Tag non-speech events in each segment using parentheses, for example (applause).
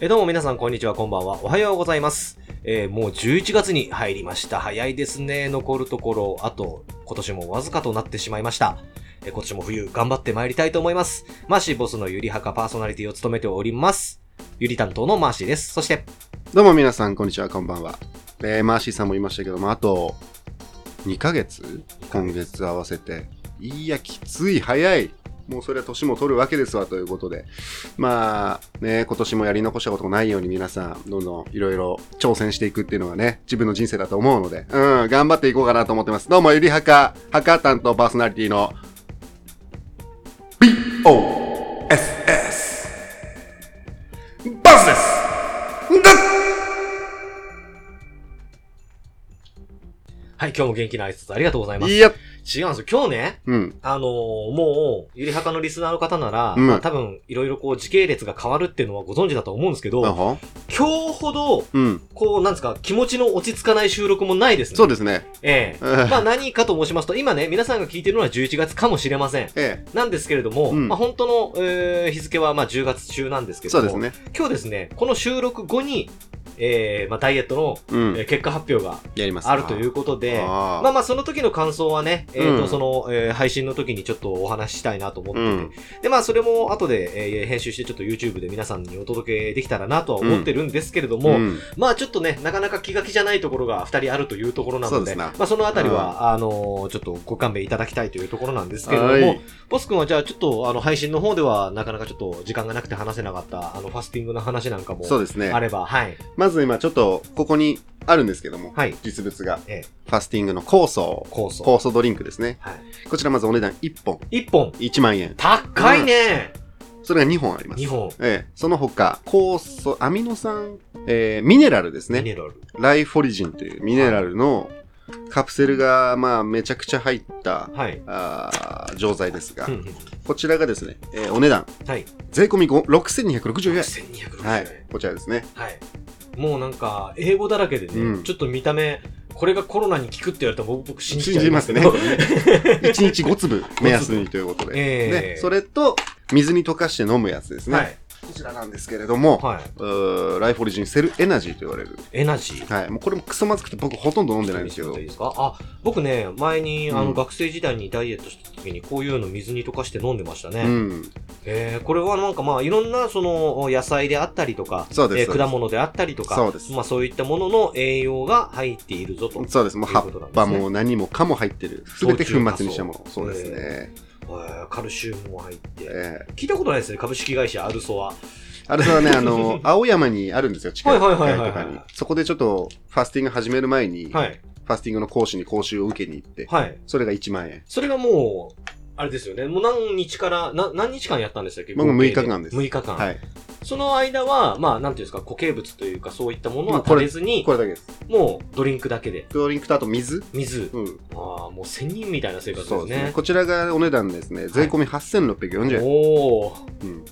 えーどうも皆さん、こんにちは、こんばんは。おはようございます。えーもう11月に入りました。早いですね。残るところ、あと、今年もわずかとなってしまいました。えー今年も冬、頑張って参りたいと思います。マーシーボスのゆりはかパーソナリティを務めております。ゆり担当のマーシーです。そして、どうも皆さん、こんにちは、こんばんは。えー、マーシーさんも言いましたけども、あと2ヶ月今月合わせて。いや、きつい、早い。もうそれは年も取るわけですわ、ということで。まあ、ね、今年もやり残したこともないように皆さん、どんどんいろいろ挑戦していくっていうのがね、自分の人生だと思うので、うん、頑張っていこうかなと思ってます。どうも、ゆりはか、はか担当パーソナリティの、BOSS、バスですだっはい、今日も元気な挨拶ありがとうございます。いや、違うんですよ。今日ね、うん、あのーもう、ゆりはかのリスナーの方なら、うんまあ多分、いろいろこう、時系列が変わるっていうのはご存知だと思うんですけど、あは今日ほど、うん、こう、なんですか、気持ちの落ち着かない収録もないですね。そうですね。ええうんまあ何かと申しますと、今ね、皆さんが聞いてるのは11月かもしれません。 (laughs) えなんですけれども、うんまあ本当の、えー日付はまあ10月中なんですけえ、れどそうも、ですね。今日ですね、この収録後に、えーまあダイエットの、うえん、ー結果発表がやります。あるということで、あーまあまあその時の感想はね、えっ、と、うんその、えー配信の時にちょっとお話ししたいなと思ってうて、ん、で、まあそれも後で、えー編集してちょっと YouTube で皆さんにお届けできたらなとは思ってるんですけれども、うんまあちょっとね、なかなか気が気じゃないところが2人あるというところなのそうで、ですなまあそのあたりは、あのーちょっとご勘弁いただきたいというところなんですけれども、はいボス君はじゃあちょっとあの配信の方ではなかなかちょっと時間がなくて話せなかった、あのファスティングの話なんかもそうですねあ。れば、はい。まず今ちょっとここにあるんですけども、はい。実物がええファスティングの酵素、酵素。酵素ドリンクですね。はい。こちらまずお値段1本1本。 1万円。高いね、それが2本あります。二 !2 本。ええ、その他、酵素、アミノ酸、えーミネラルですミね。ネラル。ライフォリジンというミネラルのカプセルが、まあ、めちゃくちゃ入った、はい。あー錠剤ですがうん、うんこちらがですね、えーお値段、はい。税込み5 6264円。 1260円。ははいい。、こちらですね。もうなんか、英語だらけでね、うんちょっと見た目、これがコロナに効くって言われたら僕僕信じち信ゃいじまますすけね。ど。一日5粒目安にということで。ええね、それと、水に溶かして飲むやつです (laughs) ね。はい。こちらなんですけれども、はい。うーライフォリジンセルエナジーと言われる。エナジー。はい。もうこれもクソまずくて僕ほとんど飲んでないんですけちょっどといい。ですかあ、僕ね、前に、あうの、ん学生時代にダイエットした時に、こういうの水に溶かして飲んでましたね。うん。えーこれはなんかまあ、いろんな、その、野菜であったりとか、そうですえー果物であったりとか、そうですまあ、そういったものの栄養が入っているぞと。そうです。もう葉っぱも何もかも入ってる。すべて粉末にしたもの。そそううでですすねね。えーカルシウムも入って。ええ聞いたことないですね、株式会社アルソは。あれはね、あ (laughs) の、青山にあるんですよ、近いはい近はいいはいはいとかに。そこでちょっと、ファスティング始める前に、フはい。ァスティングの講師に講習を受けに行って、はい。それが1万円。それがもう、あれですよね。もう何日から、な何日間やったんでしたっけ僕合計6日間です6日間。はい。その間は、まあ、なんていうんですか、固形物というか、そういったものもはうこ食れべずに、これだけです。もうドリンクだけで、ドリンクとあと水。水。うん。ああ、もう仙人みたいな生活そでうすですね。ね。こちらがお値段ですね、税込み8640円。おお、うん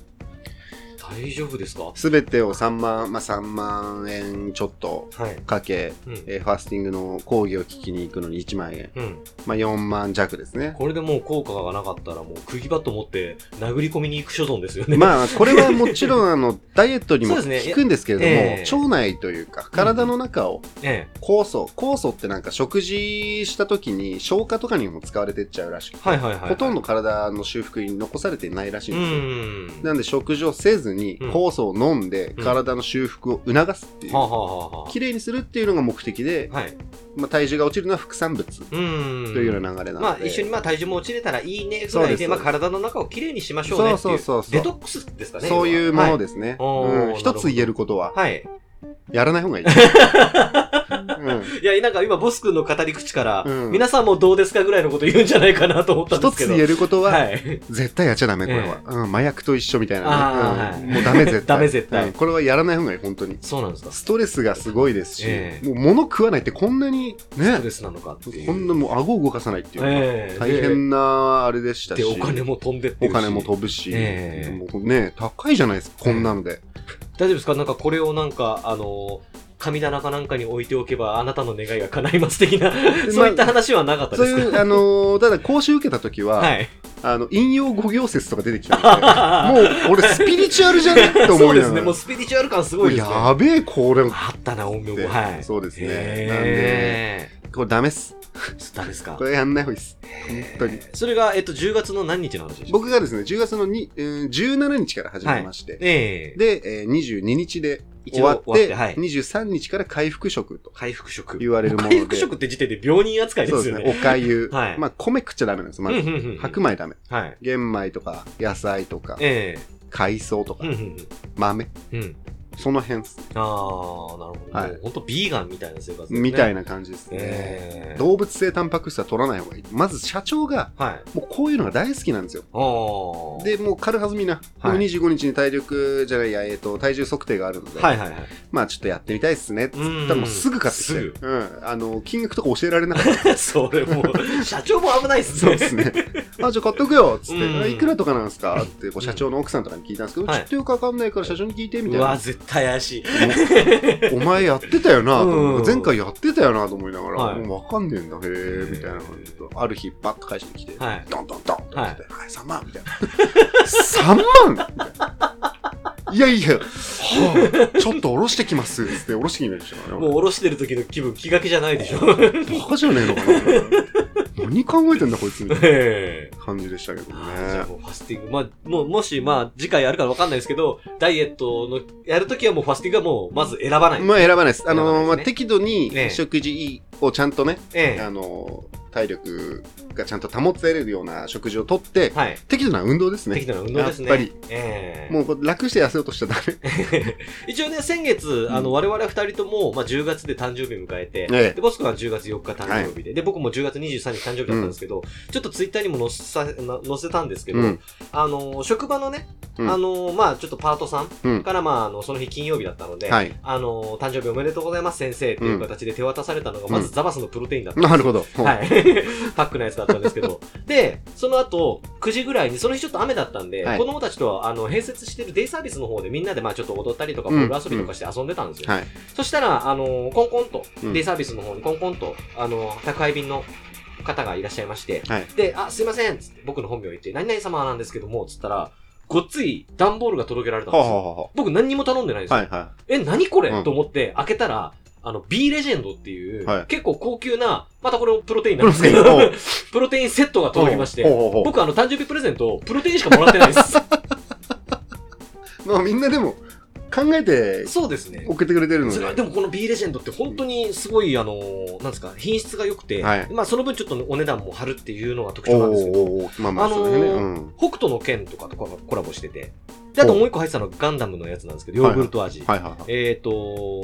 大丈夫ですかはすべてを3万、まあ3万円ちょっとい。かけ、うん。えーファスティングの講義を聞きに行くのに1万円。うん。まあ4万弱ですね。これでもう効果がなかったら、もう釘バット持って殴り込みに行く所存ですよね。まあ、これはもちろん、あの、ダイエットにもそうですね効くんですけれども、ええ腸内というか、体の中を、ええ。酵素、酵素ってなんか食事した時に消化とかにも使われてっちゃうらしくて、はいはいはいはい。ほとんど体の修復に残されてないらしいんうですん。よ。なんで食事をせずにうん酵素を飲んでうん体の修復を促すっていう、はあ、はあはあは綺麗にするっていうのが目的で、あ、はい。まあ、体重が落ちるのは副産物とうん。いうような流れなので、まあ、一緒にまあ体重も落ちれたらいいねぐそうらいでですまあ、体の中をきれいにしましょうねっていう。そうそうそうそうデトックスですかね。そういうもので。ですね、おーなるうんほど一つ言えることははい。はやらない (laughs) 方がいい、うんい、いや、なんか今、ボス君の語り口から、うん皆さんもどうですかぐらいのこと言うんじゃないかなと思ったんで一すけつど。言えることは、はい。絶対やっちゃダメこれは、うん、麻薬と一緒みたいなあーね、はうんいもうダメ絶対 (laughs) ダメ絶対うんこれはやらない方がいい本当にそうなんですか。スストレスがすごいですし、ええもう物食わないってこんなにねトレスなのかっていう。こんなもう顎動かさないっていうか、ええ大変なあれでしたで、しお金も飛んでっておるし金も飛ぶし、ええもうね高いじゃないですかこんなので、大丈夫ですかなんかこれをなんか、あの神棚かなんかに置いておけば、あなたの願いが叶います的な、そういった話はなかったそでうすかいうあのーただ講習受けた時は、はい。あの、引用五行説とか出てきたの (laughs) で、もう俺スピリチュアルじゃねってそ思ういながら。ですね。もうスピリチュアル感すごいですね。やべえ、これ、あったな、音で楽。はい。そうですねなんへでこれダメっす。ー。知ったですかこれやんない方がいいっす。本当に。それが、えっと、10月の何日の話でしょう僕がですね、10月のに、えー17日から始めまして、ええで、えー22日で一終度わって、終わってはい23日から回復食と回復食。言われるもので。回復食って時点で病人扱いでそうすでよすね。ね、おかゆ。はいまあ、米食っちゃダメなんですよ、まず。うんうんうんうん白米ダメ。はい。玄米とか、野菜とか、え海藻とかえ。う、んうん豆。うん。うん。その辺っす、ああ、なるほど。はいもう本当ビーガンみたいな生活ですね。みたいな。な感じですね。ええ。動物性タンパク質は取らない方がいい。まず社長が、はい。もうこういうのが大好きなんですよ。ああ。で、もう軽はずみな。はいもう25日に体力じゃないや、えっ、と、体重測定があるので、はいはいはい。まあちょっとやってみたいっすね。つったらもうすぐ買ってきて。うんすうん。あの、金額とか教えられなかっ (laughs) た。それもう、社長も危ないっすそうね。 (laughs) ですね。あ、じゃあ買っとくよ。つって、うんあいくらとかなんですかって、こう社長の奥さんとかに聞いたんですけど、はいちょっとよくわかんないから社長に聞いて、みたういわ、な。絶対怪しい。おお前やってたよなと思って、うん前回やってたよなと思いながら、はいもうわかんねえんだ、へえ、みたいな感じで。ある日、バッと会社に来て、はい。ドンドンドンって来て、はい、3万みたいな。3万みたいないやいや、はあ、ちょっと下ろしてきますっつって、下ろしてきましたからね。もう下ろしてる時の気分気が気じゃないで (laughs) しょ。バカじゃねえのかな何考えてんだこいつみたいええな感じでしたけどね。じゃあもうファスティング。まあ、もう、もし、まあ、次回やるからわかんないですけど、ダイエットの、やるときはもうファスティングはもう、まず選ばない。まあ選ばないです。あ選ばないでの、すまねあ適度にええ食事をちゃんとね、えあの、体力がちゃんと保つれるような食事をとってえ。、はい。適度な運動ですね。適度な運動ですね。やっぱり。ええもうこれ楽して痩せようとしたらダメ。 (laughs) 一応ね、先月、あの、我々二人とも、まあ、10月で誕生日迎えて、ええで、ボス君は10月4日誕生日で、で、僕も10月23日誕生日だったんですけど、ちょっとツイッターにも載さ、な載せたんですけど、うんあの、職場のね、うんあの、まあ、ちょっとパートさうんんから、まあ、あの、その日金曜日だったので、はい。あの、誕生日おめでとうございます、先生っていう形で手渡されたのが、うんまずザバスのプロテインだったんですなるほど。はい。 (laughs) パックのやつだったんですけど。で、その後、9時ぐらいに、その日ちょっと雨だったんで、はい子供たちとは、あの、併設してるデイサービスの方でみんなで、まあちょっと踊ったりとか、うボーんル遊びとかして遊んでたんですよ。はい。そしたら、あの、コンコンと、うんデイサービスの方にコンコンと、あの、宅配便の方がいらっしゃいまして、はい。で、あ、すいませんっつって僕の本名言って、何々様なんですけども、つったら、ごっつい段ボールが届けられたんはあですはよ。あは僕何にも頼んでないんですあよ。はいはえ、何これ、うんと思って開けたら、あの、B レジェンドっていう、はい結構高級な、またこれもプロテインい。なんですけど、ほうプロテインセットが届きましほうて、ほうほ僕あの誕生日プレゼント、プロテインしかもらってないで (laughs) す。うまあみんなでも考えてそうですね。送ってくれてるのそで。れはでもこの B レジェンドって本当にすごい、あのー、なんですか、品質が良くて、はいまあその分ちょっとお値段も張るっていうのが特お徴うなんですけど、おうおうまあまあ、あのーその辺ね。うん。北斗の剣とかとかがコラボしてて、で、あともう一個入ってたのがガンダムのやつなんですけど、ヨーグルト味。はいはいはい。えっ、と、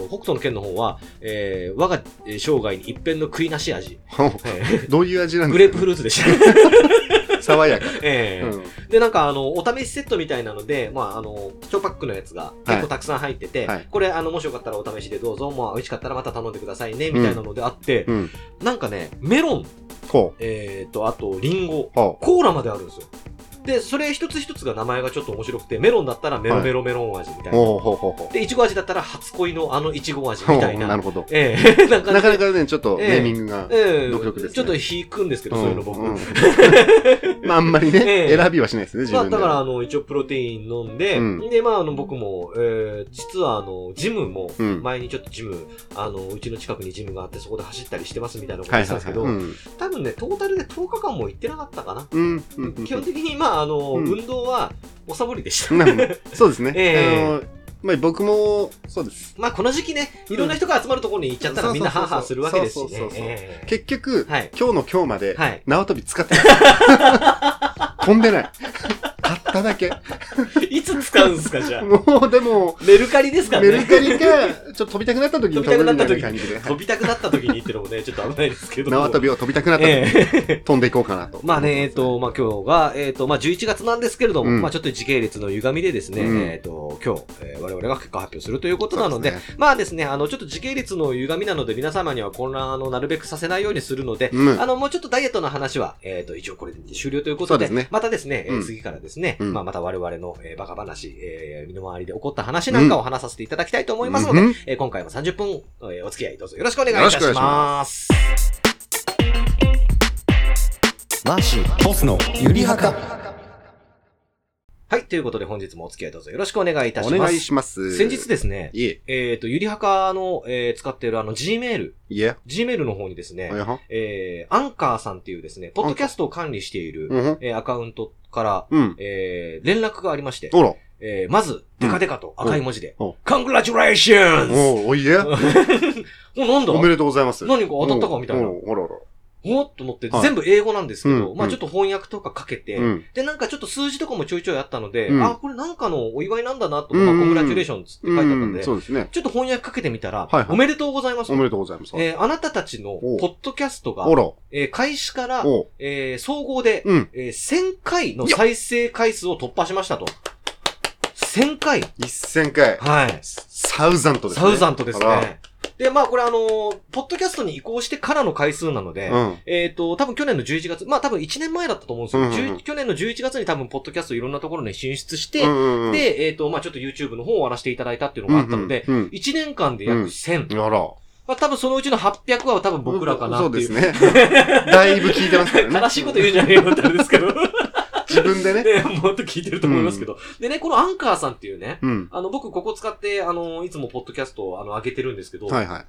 北斗の剣の方は、えー、我がえー生涯に一片の食いなし味。ほうえどういう味なーんグでレすープかフルーツで (laughs) した。爽やか。ええうんで、なんか、あの、お試しセットみたいなので、まあ、あの、超パックのやつが結構たくさん入ってて、はいこれ、あの、もしよかったらお試しでどうぞ、まあ、美味しかったらまた頼んでくださいね、みたいなのであって、うん。なんかね、メロン、こえーと、あと、リンゴ、う。はあ。コーラまであるんですよ。で、それ一つ一つが名前がちょっと面白くて、メロンだったらメロメロメロン味みたいな。ほうほうほうほう。で、いちご味だったら初恋のあのいちご味みたいおうなな。るほど。ええ (laughs) なんか、なかなかね、ちょっとええネーミングが。ええ独特ですねちょっと引くんですけど、そういうの僕。んんまあ、あんまりね、 (laughs) ええ選びはしないですね、自まあ、分で。だから、あの、一応プロテイン飲んで、うんで、まあ、あの、僕も、えー、実は、あの、ジムも、うん前にちょっとジム、あの、うちの近くにジムがあって、そこで走ったりしてますみたいなこと言ってたんですけど、うん多分ね、トータルで10日間も行ってなかったかな。うんうん基本的に、まあ、あの、うん運動は、おサボりでしうた。んなるほどそうですね。ええあのまあ、僕も、そうです。 (laughs) まあ、この時期ね、いろんな人が集まるところに行っちゃったら、うんみんなハーハーするわけですしそうそうそうそうね。ええ結局、はい。今日の今日まで、はい。 (laughs) 縄跳び使ってない。飛んでない。 (laughs) 買っただけ。いつ使うんすか、じゃ (laughs) あ。もう、でも、メルカリですからメルね。カリが、ちょっと飛びたくなった時に飛ぶみたいな感じで。飛びたくなった時に行ってのもね、ちょっと危ないですけども。縄跳びを飛びたくなった時えにえ飛んでいこうかなと。まあね、えっ、と、まあ今日が、えっ、と、まあ11月なんですけれども、うんまあちょっと時系列の歪みでですね、うんえっ、と、今日、えー我々が結果発表するということそうなすね、ので、まあですね、あの、ちょっと時系列の歪みなので、皆様には混乱あのなるべくさせないようにするので、うんあの、もうちょっとダイエットの話は、えっ、と、一応これで終了ということで、そうですねまたですね、えーうん次からですね、うんまあまた我々の、えーバカ話、えー身の回りで起こった話なんかを話させていただきたいと思いますので、うんえー今回も30分、えーお付き合いどうぞよろしくお願いいたしよろしくお願いします。マーシー、ボスのゆりはか。はい、ということで本日もお付き合いどうぞよろしくお願いいたしおます。願いします。先日ですね、いえ、えっ、と、ゆりはかの、えー使っているあの Gmail、いえ、 Gmail の方にですねお、やはえー、アンカーさんっていうですね、ポッドキャストを管理している、うんえーアカウントから、うん。えー、連絡がありまして、おら。えー、まず、うんデカデカと赤い文字で、お Congratulations! お (laughs) おいえ。お、なんだおめでとうございます。何か当たったかみたいなおおあらあおっと思って、はい全部英語なんですけど、うんまあちょっと翻訳とかかけて、ら。うん。で、なんかちょっと数字とかもちょいちょいあったので、うんあ、これなんかのお祝いなんだなと、うんまあ、コングラチュレーションズって書いてあったんで、うんちょそうですね。っと翻訳かけてみたら、はいはいおめでとうございますお。めでとうございます。えーあなたたちのおポッドキャストがお、ら。えー開始から、おえー総合で、うん。えー1000回の再生回数を突破しましたと。1000回1000回。はい。サウザントですね。サウザントですあらね。で、まあこれあのーポッドキャストに移行してからの回数なので、うん。えっ、と、多分去年の11月、まあ多分1年前だったと思うんですよ。うんうんうん10去年の11月に多分、ポッドキャストいろんなところに進出して、うんうんうん、で、えっ、と、まあちょっと YouTube の方を終わらせていただいたっていうのがあったので、うんうん1年間で約1000。うん、あら。まあ多分そのうちの800は多分僕らかなそうっていでう。すね。だいぶ聞いてますから (laughs) ね。悲しいこと言うんじゃねえよってあれですけど。 (laughs) 自分でね。 (laughs) ね、もっと聞いてると思いますけど。でね、このアンカーさんっていうね、うん。あの、僕ここ使って、あの、いつもポッドキャストをあの、上げてるんですけど、はいは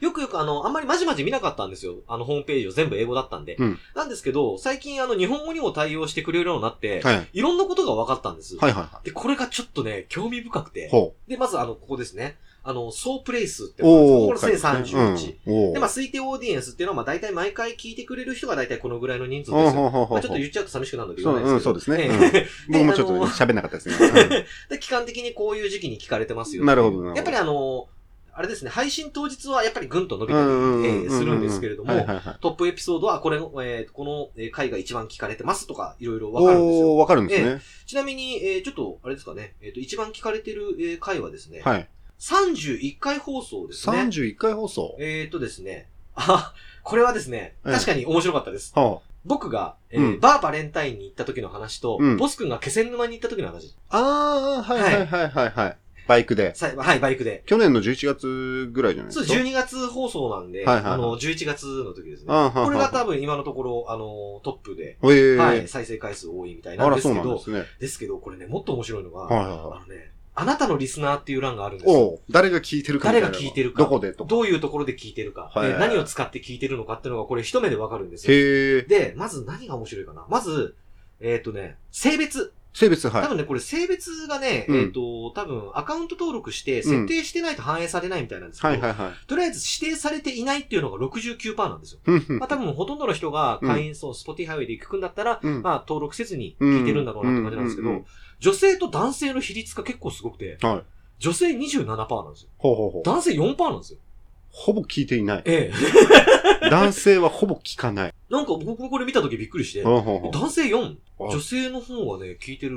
い。よくよくあの、あんまりまじまじ見なかったんですよ。あの、ホームページを全部英語だったんで。うんなんですけど、最近あの、日本語にも対応してくれるようになって、はい。はいいろんなことが分かったんです。はいはで、これがちょっとね、興味深くてい。。ほで、まずあの、ここですね。あの、総プレイ数ってう。これー1031。うんおーで、まあ、推定オーディエンスっていうのは、まあ、大体毎回聞いてくれる人が大体このぐらいの人数ほでうすよ。ほうほうほまうあ、ちょっと言っちゃうと寂しくなるので言そわうないうん、 (laughs) ですけど。そうですね。ええうん僕もちょっとあの喋んなかったです (laughs) ね。で、期間的にこういう時期に聞かれてますうよ。んなるほど、なるほど。やっぱりあの、あれですね、配信当日はやっぱりぐんと伸びたりうんうんうんうん、えーするんですけれども、はいはいはいトップエピソードはこれの、えーこのえー回が一番聞かれてますとか、いろいろわかるんですおよ。ー、わかるんですね。ちなみに、えーちょっと、あれですかね、えっ、と、一番聞かれてる、えー回はですね、はい。 31回放送ですね。 31回放送。えっ、とですね、あ、これはですね、ええ確かに面白かったです。は僕が、えーうんバーバレンタインに行った時の話と、うんボス君が気仙沼に行った時の話。あ。ああ、はいはいはいはいはい。バイクで。さはい、バイクで。去年の11月ぐらいじゃないそでう、すか。 12月放送なんで、はいはいはいあの、11月の時ですね。あーはこれが多分。分今のところ、あの、トップで、ええはい、再生回数多いみたいなあんら、ですそうけなんでど、すね。ですけど、これね、もっと面白いのはいが、はいはいあ。のね、あなたのリスナーっていう欄があるんですよ。おう誰が聞いてるかみたいなの誰が聞いてるかどこでとか。どういうところで聞いてるか、はいで何を使って聞いてるのかっていうのが、これ一目でわかるんですよ。へえ。で、まず何が面白いかな。まず、えっ、とね、性別。性別、多は分ね、これ性別がね、うんえっ、と、多分アカウント登録して設定してないと反映されないみたいなんですい。けど、はいはいはい。とりあえず指定されていないっていうのが69%なんですよ。ふんふんまあ多分ほとんどの人が会員層、スポティハイで行くんだったら、うんまあ登録せずに聞いてるんだろうなって感じなんですけうんうんどうん、女性と男性の比率が結構すごくて、はい。女性27%なんですよ。ほうほうほう。男性4%なんですよ。。ほぼ聞いていない (laughs) ええ。男性はほぼ聞かない。なんか僕もこれ見た時びっくりして、ほうほうほう男性4、あ女性の方はね、聞いてる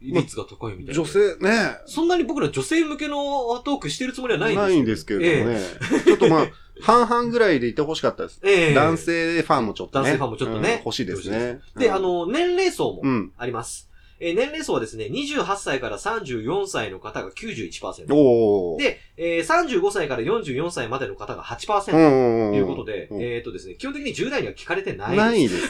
率が高いみたいな。女性ね、そんなに僕ら女性向けのトークしてるつもりはないんですないんですけれどもね。ちょっとまあ、 (laughs) 半々ぐらいでいてほしかったです。ええ。ええ男性ファンもちょっとね。男性ファンもちょっとねうん欲しいですね。で、うんあ、の、年齢層もうん。あります。えー年齢層はですね、28歳から34歳の方が91%。おー。で、えー、35歳から44歳までの方がう8%んとんんいうことで、うんえっ、とですね、基本的に10代には聞かれてないです。な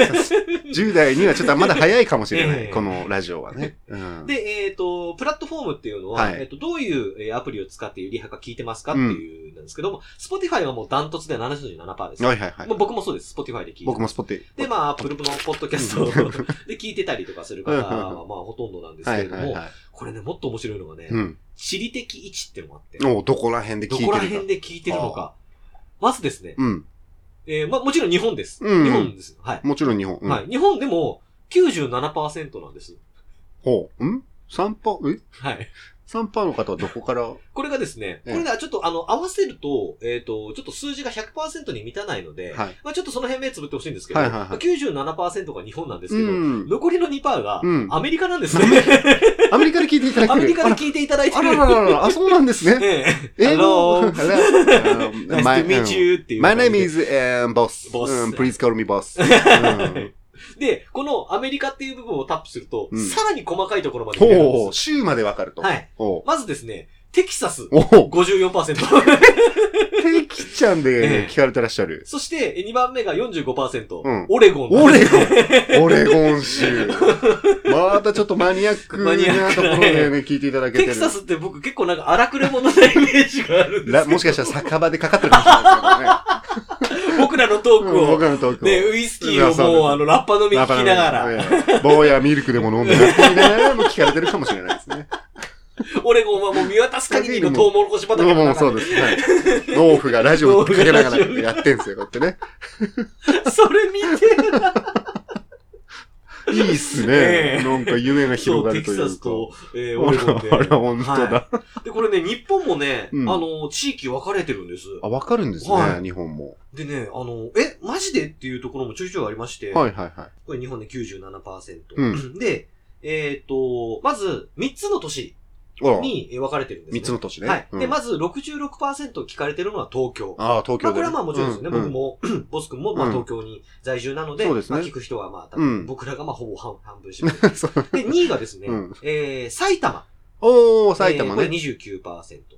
いですね。10代にはちょっとまだ早いかもしれな (laughs) ええい。このラジオはね。うんで、えっ、と、プラットフォームっていうのは、はいえっ、と、どういうえーアプリを使ってゆりはか聞いてますかっていうなんですけども、Spotify はもうダントツで77%です。はいはいはいまあ。僕もそうです。Spotify で聞いてます僕もスポティ。で、まあ、アップルのポッドキャスト (laughs) で聞いてたりとかする方は、まあ、ほとんどなんですけはれいども、はいはい。これね、もっと面白いのがね、うん。地理的位置っていうのがあって、おどこら辺で聞どいてるこから辺で聞いてるのか。まずですね、うん。えーまあもちろん日本です。うん日本です。はい。もちろん日本。うんはい。日本でも97%なんです。ほう。ん三パ、えはい。三パの方はどこからこれがですね、こええれね、ちょっとあの、合わせると、えっ、と、ちょっと数字が100%に満たないので、はい。まあちょっとその辺目つぶってほしいんですけど、はいはいはいまあ97%が日本なんですけうど、ん。残りの2%がうんアメリカなんですね。アメリカで聞いていただいてる。アメリカで聞いていただいてあるら。あらら (laughs) らら、あ、そうなんですね。ええ。英語 Hello, あら nice ま to meet you っていう。 My name is um, boss. Boss. Um, please call me (laughs) boss. うんで、このアメリカっていう部分をタップすると、うんさらに細かいところまで見れるんほう、です。州までわかると。はい。ほうまずですね、テキサスおほう54%。れ、きっちゃんええで聞かれてらっしゃる。 (laughs) そして、2番目が45%。うんオレゴン。オレゴンオレゴ (laughs) ン州。またちょっとマニアックマニアなックとこなろでね、聞いていただけてテキる。サスって僕結構なんか荒くれ者なイメージがあるんですけらど。もしかしたら酒場でかかってるかもしれない僕らのトですーかクをらね。うん僕、らのトークを。ね、ウイスキーをそうもうだあの、ラッパ飲み聞きながら、ら。棒やミルクでも飲んでなって言いながらも聞かれてるかもしれないですね。オレゴンはもう見渡す限りのトウモロコシも畑のう中そうです。はい。農夫がラジオかけながらやってんすよ、こうやってね。それ見ていいっすえね。えなんか夢が (laughs) 広そがう、テるとキいサうスか。と、えー、オあレゴンで。ら、あら、本当はだ。い、で、これね、日本もね、うんあの、地域分かれてるんです。あ、わかるんですはねい、日本も。でね、あの、え、マジでっていうところもちょいちょいありまして、はいはいはい。これ日本で97%。うで、えっ、と、まず、3つの都市あら、にえー分かれてるんです、ね。三つの都市ね。はい。うんで、まず66%聞かれてるのは東京。ああ、東まあこ京でね。れはまあもちろんですよね。う僕も、 (clears throat) ボス君もまあうん東京に在住なので、そうですねまあ聞く人はまあ多う分ん僕らがまあほぼ半半分 (laughs) 占めてるそうで、2位がですね、うんえー、埼玉。おー、埼玉えーこれね。 29%。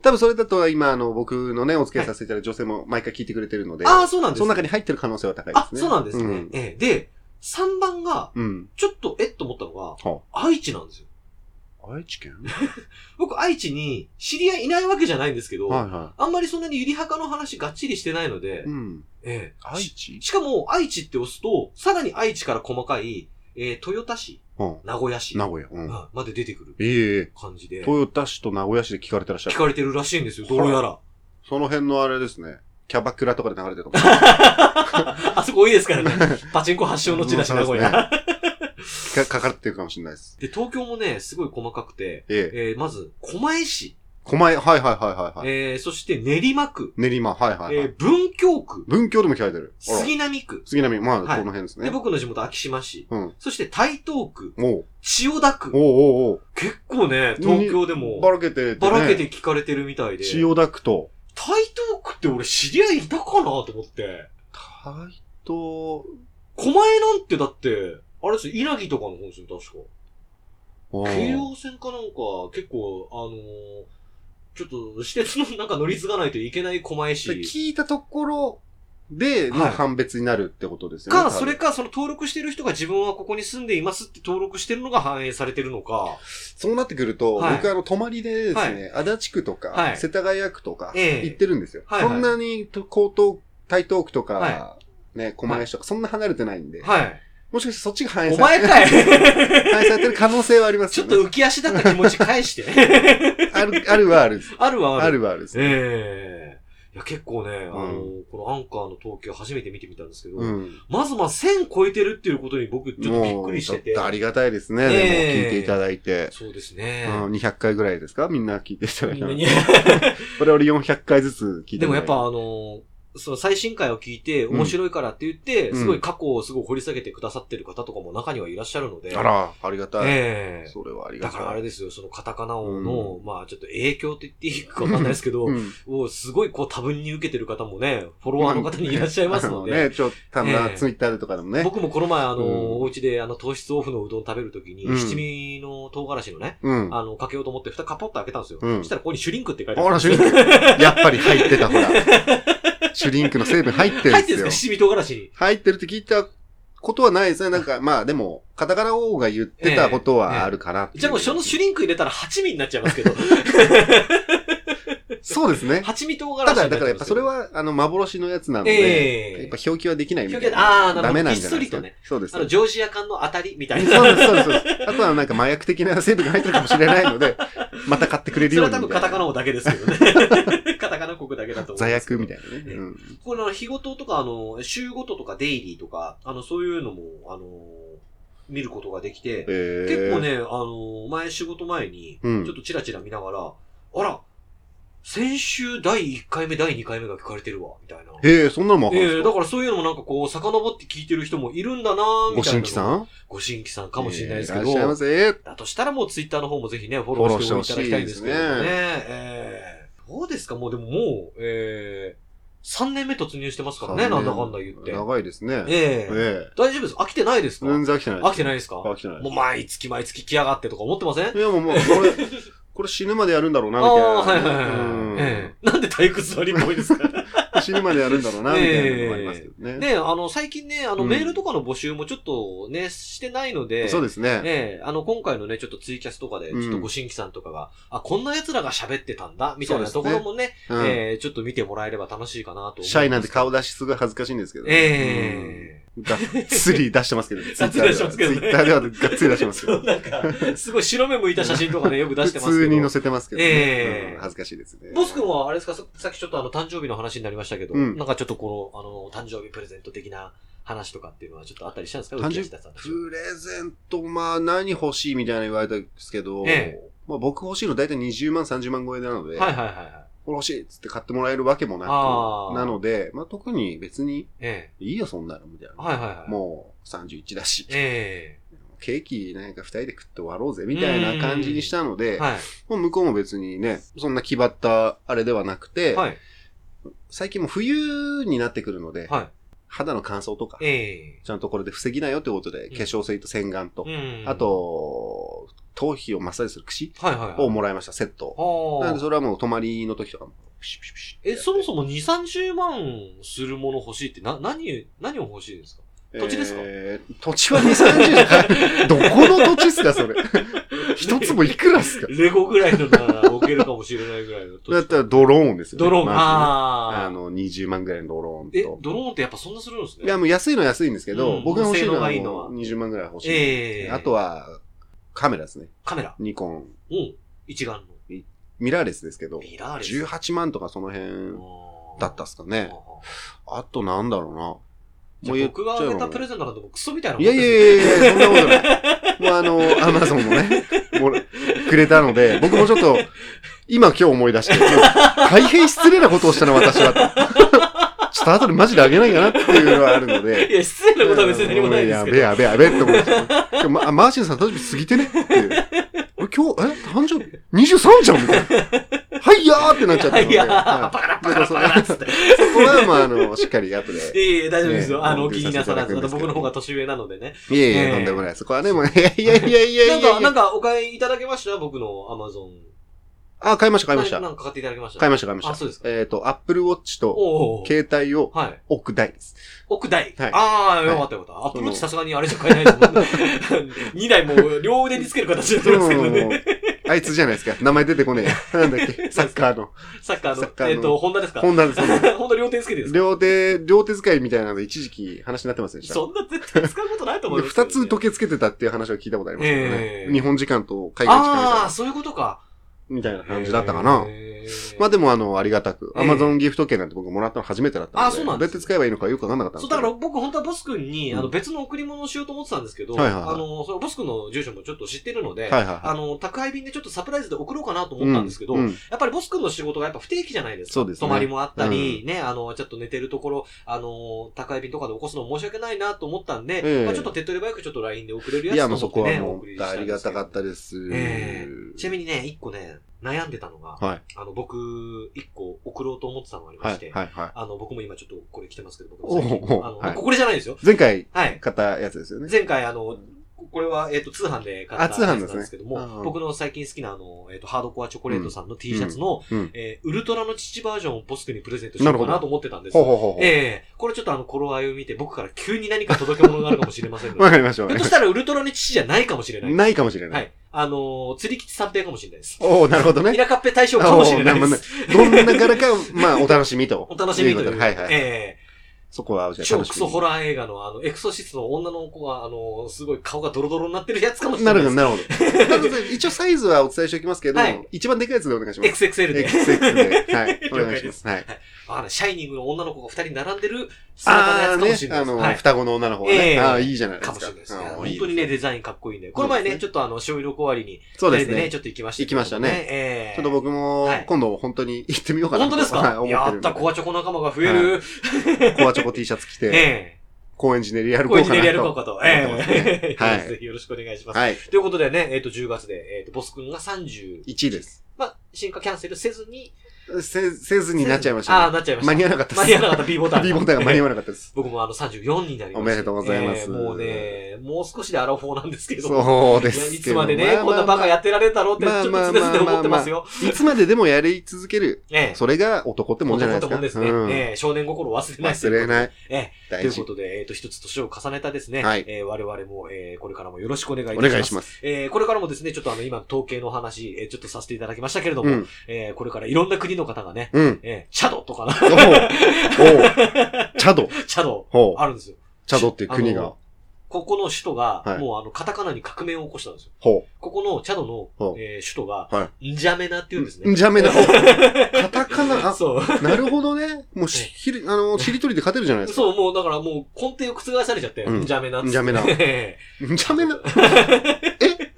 多分それだと今、あの、僕のね、お付き合いさせていただいた女性も毎回聞いてくれてるので、ああ、そうなんです、その中に入ってる可能性は高いであす、ね。そうなんですね。うんえーで、3番が、うん。ちょっと、えっと思ったのが、は愛知なんですよ。あ、愛知県僕、愛知に知り合いいないわけじゃないんですけど、はいはあんまりそんなにゆりはかの話がっちりしてないので、い。うん。ええ愛し知しかも、愛知って押すと、さらに愛知から細かい、えー、豊田市、うん。名古屋市、名古屋。ううんん。まで出てくるええ。感じで、聞豊田市と名古屋市で聞かれてらっしゃる。かれてるらしいんですよ、どうやら。 (laughs) その辺のあれですね。キャバクラとかで流れてるかもしれない。あそこ多いですから (laughs) ね。パチンコ発祥の地だし、うん名そう古ですね屋。かかかってるかもしれないです。で、東京もね、すごい細かくて、ええ。えー、まず、狛江市、狛江、はいはいはいはいはい。えー、そして練馬区、練馬、はいはいえはい。ー、文京区、文京でも聞かれてる。あら杉並区、杉並、まあ、こはいの辺ですで、ね。僕の地元、秋島市、うん。そして台東区、おう千代田お区、うおうおう結構ね、東京でも、ばらけててねばらけて聞かれてるみたいで、千代田区と、台東区って俺知り合いいたかなと思って、台東、狛江なんてだって、あれですよ、稲城とかの本ですよ、確か。お京ー王線かなんか、結構、あのーちょっと、私鉄の (laughs) なんか乗り継がないといけない狛江で市。聞いたところでのはい判別になるってことですよね。か、多分それか、その登録してる人が自分はここに住んでいますって登録してるのが反映されてるのか。そうなってくると、はい僕あの、泊まりでですね、足立区とか、はい世田谷区とか、ええ行ってるんですよ。はいはいそんなに、と江東、台東区とか、はね、狛江市とか、そんな離れてないんで、はい。もしかしてそっちが反映おされ前て、かい (laughs) 反映されてる可能性はありますちょよっね。と浮き足だった気持ち返して。ある、あるはある。 (laughs) あるはあある。るはあるですね。ええいや、結構ね、あのーこのアンカーの統計を初めて見てみたんですけど、うん。まずまあ1000超えてるっていうことに僕ちょっとびっくりしてもうてちょっと。ありがたいですね。でもええ聞いていただいて。そうですね。うん、200回ぐらいですかみんな聞いていただいみたんなのに。我々400回ずつ聞いてでももらやえっるぱあのーその最新回を聞いてうん面白いからって言って、うんすごい過去をすごい掘り下げてくださってる方とかも中にはいらっしゃるので。あら、ありがたい。ええそれはありがだたい。からあれですよ、そのカタカナ王の、まあちょっと影響って言っていいかわかんないですけ (laughs) ど、うん、をすごいこう多分に受けてる方も (laughs) ね、フォロワーの方にいらっしゃいますのあので、ね、ちょっと、ええツイッターでとかでもね。僕もこの前あのー、うんお家であの糖質オフのうどん食べるときに、うん七味の唐辛子のね、うん。ああの、かけようと思って蓋カポッと開けたんですよ。うんそしたらここにシュリンクって書いてあるんら、ですよシュリンク。やっぱり入ってた、(laughs) ほら。シュリンクの成分入ってる入んってるんですでよ。すか七味唐辛子に。入ってるって聞いたことはないですね。なんか、まあでも、カタカナ王が言ってたことはあるかなっていじゃあもうそのシュリンク入れたら八味になっちゃいますけど。そうですね。八味唐辛子になっただ、ちゃいますだけどからやっぱそれ、は、あの、幻のやつなので、ええやっぱ表記はできないみたい表記はあなー。なるほどダメなんじゃないひっそりですとかね。そうです。あそうの、ですジョージア缶の当たりみたいな。そそうです、そうですそうです。あとはなんか麻薬的な成分が入ってるかもしれないので、また買ってくれるれよはうに多分みカタたいカな。ナ語だけですけどね。カタカナ国だけだと思う。座薬みたいいなね。うん。な。これあの、日ごととか、あの、週ごととか、デイリーとか、あの、そういうのも、あの、見ることができて、結結構。ね、あの、前仕事前に、うんちょっとチラチラ見ながら、あら、先週第1回目、第2回目が聞かれてるわ、みたいな。へえ、そんなのもわかるんでえすえかだからそういうのもなんかこう、遡って聞いてる人もいるんだなーごみたいな。新規さんご新規さんかもしれないですけえどーいらっしゃい。ませ。だとしたらもうツイッターの方もぜひね、フォローしておいていただきたいんですけどね。フォローしてほしいでええどうですかもうでももう、ええ3年目突入してますからね、三な年んだかんだ言って。長いですね。ええええ。大丈夫です飽きてないですか全然飽きてない。飽きてないい。ですか飽きてないもう毎月毎月来やがってとか思ってません (laughs) いや、もう、もう、これ、これ死ぬまでやるんだろうな、あみたいな。あ、はいはいはいはいうんええ。なんで体育座りっぽいですか (laughs) 死ぬまでやるんだろうな、みたいなのもありますけどね。ねあの、最近ね、あの、うんメールとかの募集もちょっとね、してないので、そうですね。ええあの、今回のね、ちょっとツイキャスとかで、ちうんょっとご新規さんとかが、あ、こんな奴らが喋ってたんだ、みたいなそとうこですねろもね、うんええちょっと見てもらえれば楽しいかなと思いますシャイなんて顔出しすごい恥ずかしいんですけど。ええうんがっつり出してますけど、ツイ (laughs) がっつり出してますけどねッターではがっつり出してまそすけどう、。 (laughs) なんか、すごい白目向いた写真とかね、よく出してますけど。普通に載せてますけどね、ええうん恥ずかしいですね。ボス君は、あれですか、ささっきちょっとあの、誕生日の話になりましたけど、うんなんかちょっとこの、あの、誕生日プレゼント的な話とかっていうのはちょっとあったりしたんですか誕生浮日田さんたちはプレゼント、まあ何欲しいみたいなの言われたんですけど、えまあ僕欲しいの大体20万、30万超えなので、はいはいはいはい。これ欲しいっつって買ってもらえるわけもなく、あーなので、まあ特に別にえいいよそんなのみたいえな。はいはいはい。もう31だし、えケーキなんか2人で食って終わろうぜみたいな感じにしたのえで、はもう向こうも別にね、そんな気張ったあれではなくて、い。はい。最近もう冬になってくるので、はい。肌の乾燥とか、ええちゃんとこれで防ぎなよってことで、うん化粧水と洗顔と、うんあ、と、頭皮をマッサージする櫛はいはいはい。をもらいました、セットを。なあんあで、それはもう泊まりの時とかも、ピシピシピシってやえ、ってそもそも2、30万するもの欲しいって、な、何、何を欲しいですか土地ですかえー土地は2、30じ (laughs) ゃない。どこの土地っすか、それ。 (laughs) 一つもいくらっ (laughs) すか。レゴぐらいのなら置けるかもしれないぐらいの土地だったらドローンですよ、ね。ドローン、まずねあああ。の、20万ぐらいのドローえ、ンと。ドローンってやっぱそんなするんですねいや、もう安いのは安いんですけど、うん僕が欲しいの性能はがいいのはもう20万ぐらい欲しい、ええあと、は、カメラですね。カメラ。ニコン。うん。一眼の。ミラーレスですけど、ミラーレス。 18万とかその辺だったっすすかね。あとなんだろうな。じゃあ言っ僕がちゃあうげのたプレゼントなんてもうクソみたいないやいやいや。やいや、そんなことない。もうあの、アマゾンもね、もらくれたの (laughs) で、僕もちょっと、今今日思い出して、大変失礼なことをしたな、私はと。ちょっと後 (laughs) でマジであげないかなっていうのはあるので。いや、失礼なことは別に何もないですけど。やべえやべえやべえって思いました。今日まあ、マーシンさん誕生日過ぎてねっていう。俺今日、え誕生日 ?23 じゃんみたいな。はいやーってなっちゃったのいで。や、はパいカラパカラパカラっつって。そこは、まあ、あの、しっかり後で。いやいや、大丈夫ですよ。ねあの、お気になさらず。お気になさらずまた僕の方が年上なのでね。いやいええや、とんでもない。そこはね、もう、いやいやいやいやいなやんいやか、なんかお買いいただけました僕のアマゾン。あ、買いました、買いましたな。んか買っていただけました買いまました、買いました。あそうですえっと、Apple Watch とおお。携帯をはい。置く台です。奥台。はいああ、よかったよかった。アップローチさすがにあれじゃ買えないと思う。2台も (laughs) う両腕につける形になってますけどね。あいつじゃないですか。名前出てこねえ。なん (laughs) だっけ、サッカーの。サッカサッカーの、ーのえっと、ホンダですか本田です、本 (laughs) 田。ほんと両手につけてですか両手、両手使いみたいなので一時期話になってませんでした。そんな絶対使うことないと思いでますけ二どね。つ時計つけてたっていう話を聞いたことありますけどえね。え日本時間と海外時ああ、間そういうことか。みたいなみたいな感じだったかな。へーまあでもあの、ありがたく。ええ Amazon ギフト券なんて僕もらったの初めてだったので。あそうなんでどうすやって使えばいいのかよくわかんなかったんそでう、だすけからど。僕本当はボス君に、うんあの別の贈り物をしようと思ってたんですけど、はいはいはいあの、そのボス君の住所もちょっと知ってるので、はいはいはいあの、宅配便でちょっとサプライズで送ろうかなと思ったんですけど、ううんやっぱりボス君の仕事がやっぱ不定期じゃないですか。そうですね泊まりもあったり、ね、あの、ちょっと寝てるところ、あの、宅配便とかで起こすの申し訳ないなと思ったんで、ええまあ、ちょっと手っ取り早くちょっと LINE で送れるいやや、つもうとそ思こってはね、おも送りしう、たあんりでがすけたどかったです。えちなみにね、一個ね、悩んでたのが、はいあの、僕、一個送ろうと思ってたのがありまはしい、て、はい、はい。あの、僕も今ちょっとこれ来てますけど、僕おもう最近おうあの、はいこれじゃないですよ。前回はい。買ったやつですよね。前回、あの、これは、えっ、と、通販で買ったあ通や販でつすねなんですけども、うんうん僕の最近好きな、あの、えっ、と、ハードコアチョコレートさんの T シャツの、うん。えーウルトラの父バージョンをボスクにプレゼントしようかなるなほと思ってたんですほうほうほうほええこれちょっとあの、頃合いを見て、僕から急に何か届け物があるかもしれませんう。わので、かりましょひょっとしう。たらウルトラの父じゃないかもしれない。ないかもしれはない。い。あのー釣り吉三平かもしれないです。おおなるほどね。平かっぺ大将かもしれないおーなるほでどす。ねどんな柄か、まあ、お楽しみと。 (laughs) お楽しみとといういこうこととで。ではいはい。えそこは、えじゃあ超楽クしソみホに。ラー映画のあの、エクソシストの女の子が、あの、すごい顔がドロドロになってるやつかもしれなないるでほど、す。なるほど。な (laughs) ので一応サイズはお伝えしておきますけどはい、一番でかいやつでお願いします。 XXL で。 XX で。はい。了お解願いします。はい。あの、シャイニングの女の子が二人並んでる姿のやあつかもしれーね、ないであす。の、はい双子の女の子はええね。ああ、いいじゃないでかすもか。しれないですね。あー本当にね、、デザインかっこいいんで。この前ね、ちょっとあの、小色小割に、そうで二す人でね、ね。ちょっと行きました、行きましたね。ええちょっと僕もはい、今度本当に行ってみようかなと。本当ですか、はい思やってるっんでた、コアチョコ仲間が増える。コアチョコ T シャツ着えて、え高円寺でリアルこうい効う果ふうにやるな効と。果と。思ってますええねは (laughs) いぜひよろしくお願いします。はい。ということでね、えっ、と、10月で、えっ、と、ボス君が30、 1位です。まあ、進化キャンセルせずに、せせずになっちゃいました、ね。ああ、なっちゃいました。間に合わなかったです。間に合わなかった B ボタン B ボタンが間に合わなかっ (laughs) たです。僕もあの34になりました。おめでとうございますえーもうね、もう少しでアラフォーなんですけど。そうでいやすいけつど。までね、こんなバカやっってられたろうって、ちょっと常々思ってますよ。いつまででもやり続ける。ええ。それが男ってもんじゃないです男か。ってもんですね。うんええ少年心を忘れない忘れい。ない。ええとい大うこ事。とで、えっ、と、一つ年を重ねたですね、はいえー我々も、えーこれからもよろしくお願いいたしおます。願いします。えーこれからもですね、ちょっとあの、今、統計の話、えーちょっとさせていただきましたけれども、うん。えーこれからいろんな国の方がね、 (laughs) うん。えーチャドとかな、おうおうチャド。チャド、ほう。あるんですよ。チャドっていう国あがの。ここの首都が、はいもうあの、カタカナに革命を起こしたんですよ。ほここのチャドのほ、うえー首都が、はンジャメナっていうんですう。んね。じゃめな。(laughs) おカタカナ、あ、そう。 (laughs) なるほどね。もうし、ひり、あの、しりとりで勝てるじゃないですか。 (laughs) そう、もうだからもう根底を覆されちゃって、うんんじゃめなっつって。んじゃ (laughs) めなえじゃめ (laughs) な。え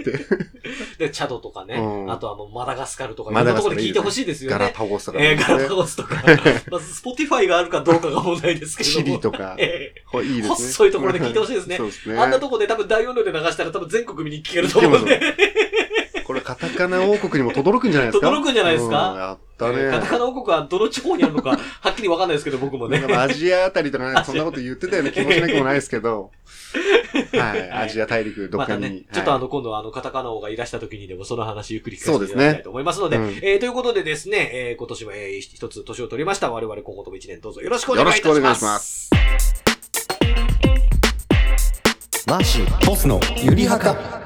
で、チャドとかね、うんあとあの、マダガスカルとか、いろマんなダガとこスカろルで聞いてほしいですよガラね。パゴスとかえね。えガラパゴスとか。まず、スポティファイがあるかどうかが問題ですけれどチも。リとか。ええほいいですね。細いところで聞いてほしいですねそうですね。あんなとこで多分大音量で流したら多分全国民に聞けると思うんで。これカタカナ王国にも轟くんじゃないですか轟くんじゃないですかうんやったね。カタカナ王国はどの地方にあるのか、はっきりわかんないですけど、僕もねなん。かアジアあたりとかなんかそんなこと言ってたような気もしなくもないですけ (laughs) ど。はい。アジア大陸どっまかたに。ね、ちょっとあの、の、今度はあの、カタカナ王がいらした時にでもその話ゆっくり聞かせていただきたいと思いますので、そうですえーということでですね、えー今年も、えー一つ年を取りました。我々今後とも一年どうぞよろしくお願いいたします。よろしくお願いしまマーシー、ボスのゆりはか。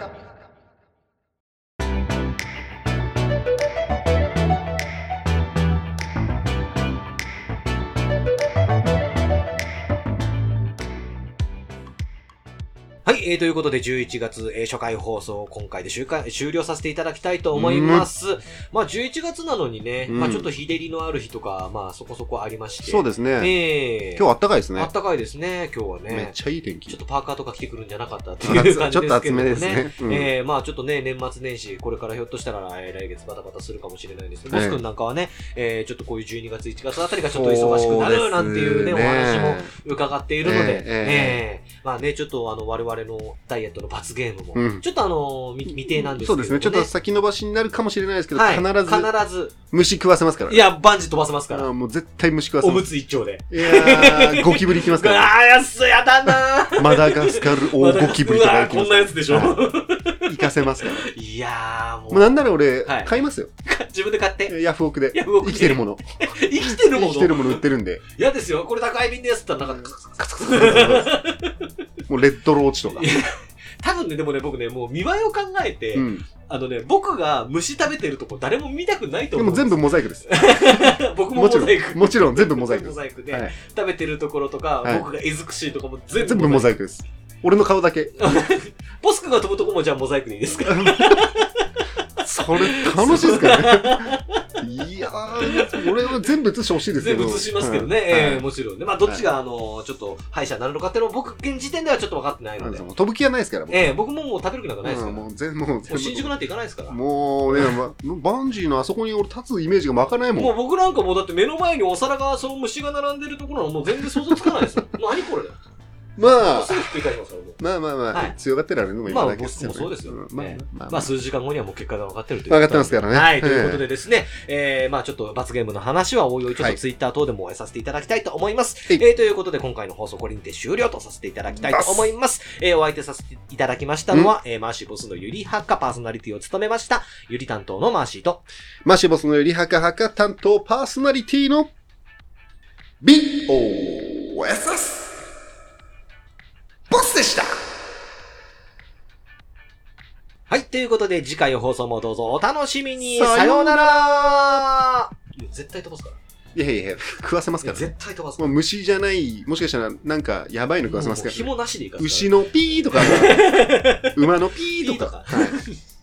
はい、えーということで11月、えー初回放送を今回で終回終了させていただきたいと思います。まあ11月なのにね、うんまあちょっと日照りのある日とか、まあそこそこありまして。そうですね。ええ今日あったかいですあねっ。たかいですね、今日はね。めっちゃいい天ちょっ気。とパーカーとか着てくるんじゃなかったっていう感じですけれどもね。 (laughs) ちょっと厚めですね。うんえーまあちょっとね、年末年始、これからひょっとしたら、えー来月バタバタするかもしれないですけど、えボえス君なんかはね、えーちょっとこういう12月、1月あたりがちょっと忙しくなるなんていうね、そおうです話ねも伺っているので、えええーまあね、ちょっとあの、我々のダイエットの罰ゲームも、うんちょっとあの、み未定なんですけど、そうね。ですね。ちょっと先延ばしになるかもしれないですけど、はい、必ず必ず。虫食わせますからい。や、バンジー飛ばせますから。あーもう絶対虫食わせおまむす。つ一丁で。いやー、ゴキブリ行きますあから。あ、やっす、やだなー。マダガスカル (laughs) 大ゴキブリとか行きうわーこまんすなやつでしょ。行かせますから。 (laughs) い、やー、もうもうなんなら俺はい、買いますよ。自分で買って。ヤフオクで。ヤフオク生できてるもの。生きてるも生きてるのもの売ってるんで。嫌ですよ。これ高い便ですって言ったらなんかカツカツカツカツ、もうレッドローチとか。多分ね、でもね、僕ね、もう見栄えを考えて、うん。あのね、僕が虫食べてるとこ誰も見たくないとで思うもんです全よ。部モザイクです。 (laughs) 僕もモもちろザイク。ん、もちろん全部モザイクでモす。ザイクで、はい食べてるところとか、はい僕がえずくしいとこも全全部部モザイクです。俺の顔だけ。ボスクが飛ぶとこもじゃあモザイクでいいですかそれ楽しいですからね。いやー、俺は全部映してほしいですけ全ど。部映しますけどね、はいええはいもちろんね。まあ、どっちが、あの、ちょっと敗者になるのかっていうのは僕、現時点ではちょっと分かってないので、飛ぶ気はないですから、僕ええ僕ももう食べる気なんかないですうかんら、ももう全部、もうう新全宿部。なんて行かないですから。もうね、まバンジーのあそこに俺立つイメージが湧かないもん。もう僕なんかもうだって目の前にお皿がその虫が並んでるところはもう全然想像つかないですよ。何これだよ。まあす、ぐひっくり返しますからもうまあまあまあ、はい強がってられるのもいいまあ僕もそうですよんまあええまあままああ、数時間後にはもう結果が分かってるという分かってますからねはい、ええということでですね、えー、まあちょっと罰ゲームの話はおいおいちょっはといツイッター等でもさせていただきたいと思います。はいえー、ということで今回の放送これにて終了とさせていただきたいと思います。えー、お相手させていただきましたのは、えー、マーシーボスのゆりはっかパーソナリティを務めました、ゆり担当のマーシーと、マシボスのよりはかはか担当パーソナリティの BOSS ボスでしたはい、ということで次回の放送もどうぞお楽しみに。ささよよううななら絶対飛ばすから。いやいやいや、食わせますから。絶対飛ばすもう虫じゃない、もしかしたらなんかやばいの食わせますから、紐なしでいいから。牛のピーとか、馬のピーとか。ピーとかはい